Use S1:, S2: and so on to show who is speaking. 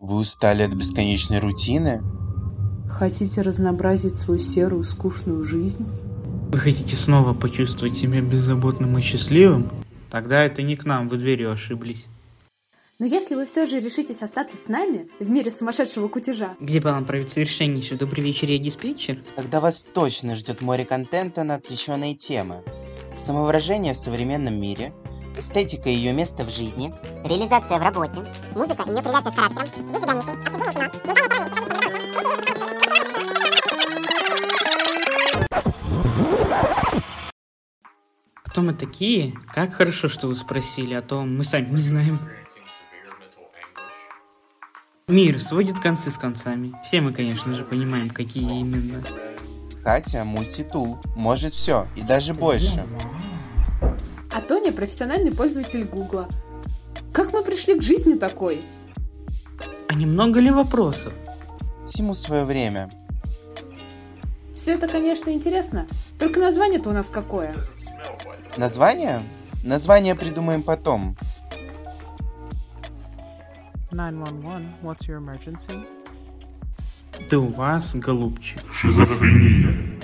S1: Вы устали от бесконечной рутины?
S2: Хотите разнообразить свою серую, скучную жизнь?
S3: Вы хотите снова почувствовать себя беззаботным и счастливым? Тогда это не к нам, вы дверью ошиблись.
S4: Но если вы все же решитесь остаться с нами в мире сумасшедшего кутежа,
S5: Где вам правит совершеннейший добрый вечер, я диспетчер?
S1: Тогда вас точно ждет море контента на отвлеченные темы. Самовыражение в современном мире, эстетика и ее место в жизни,
S6: Реализация в работе. Музыка и ее привязка с характером. Жизнь за границей. Обсуждение кино. ментальное здоровье.
S5: Кто А мы такие? Как хорошо, что вы спросили, а то мы сами не знаем. Мир сводит концы с концами. Все мы, конечно же, понимаем, какие именно.
S1: Катя мультитул, может все и даже больше.
S2: А Тоня профессиональный пользователь Гугла. Как мы пришли к жизни такой?
S5: А немного ли вопросов?
S1: Всему свое время.
S2: Все это, конечно, интересно. Только название-то у нас какое?
S1: Название? Название придумаем потом.
S7: 911, what's your emergency?
S3: Да у вас, голубчик.
S8: Шизофрения.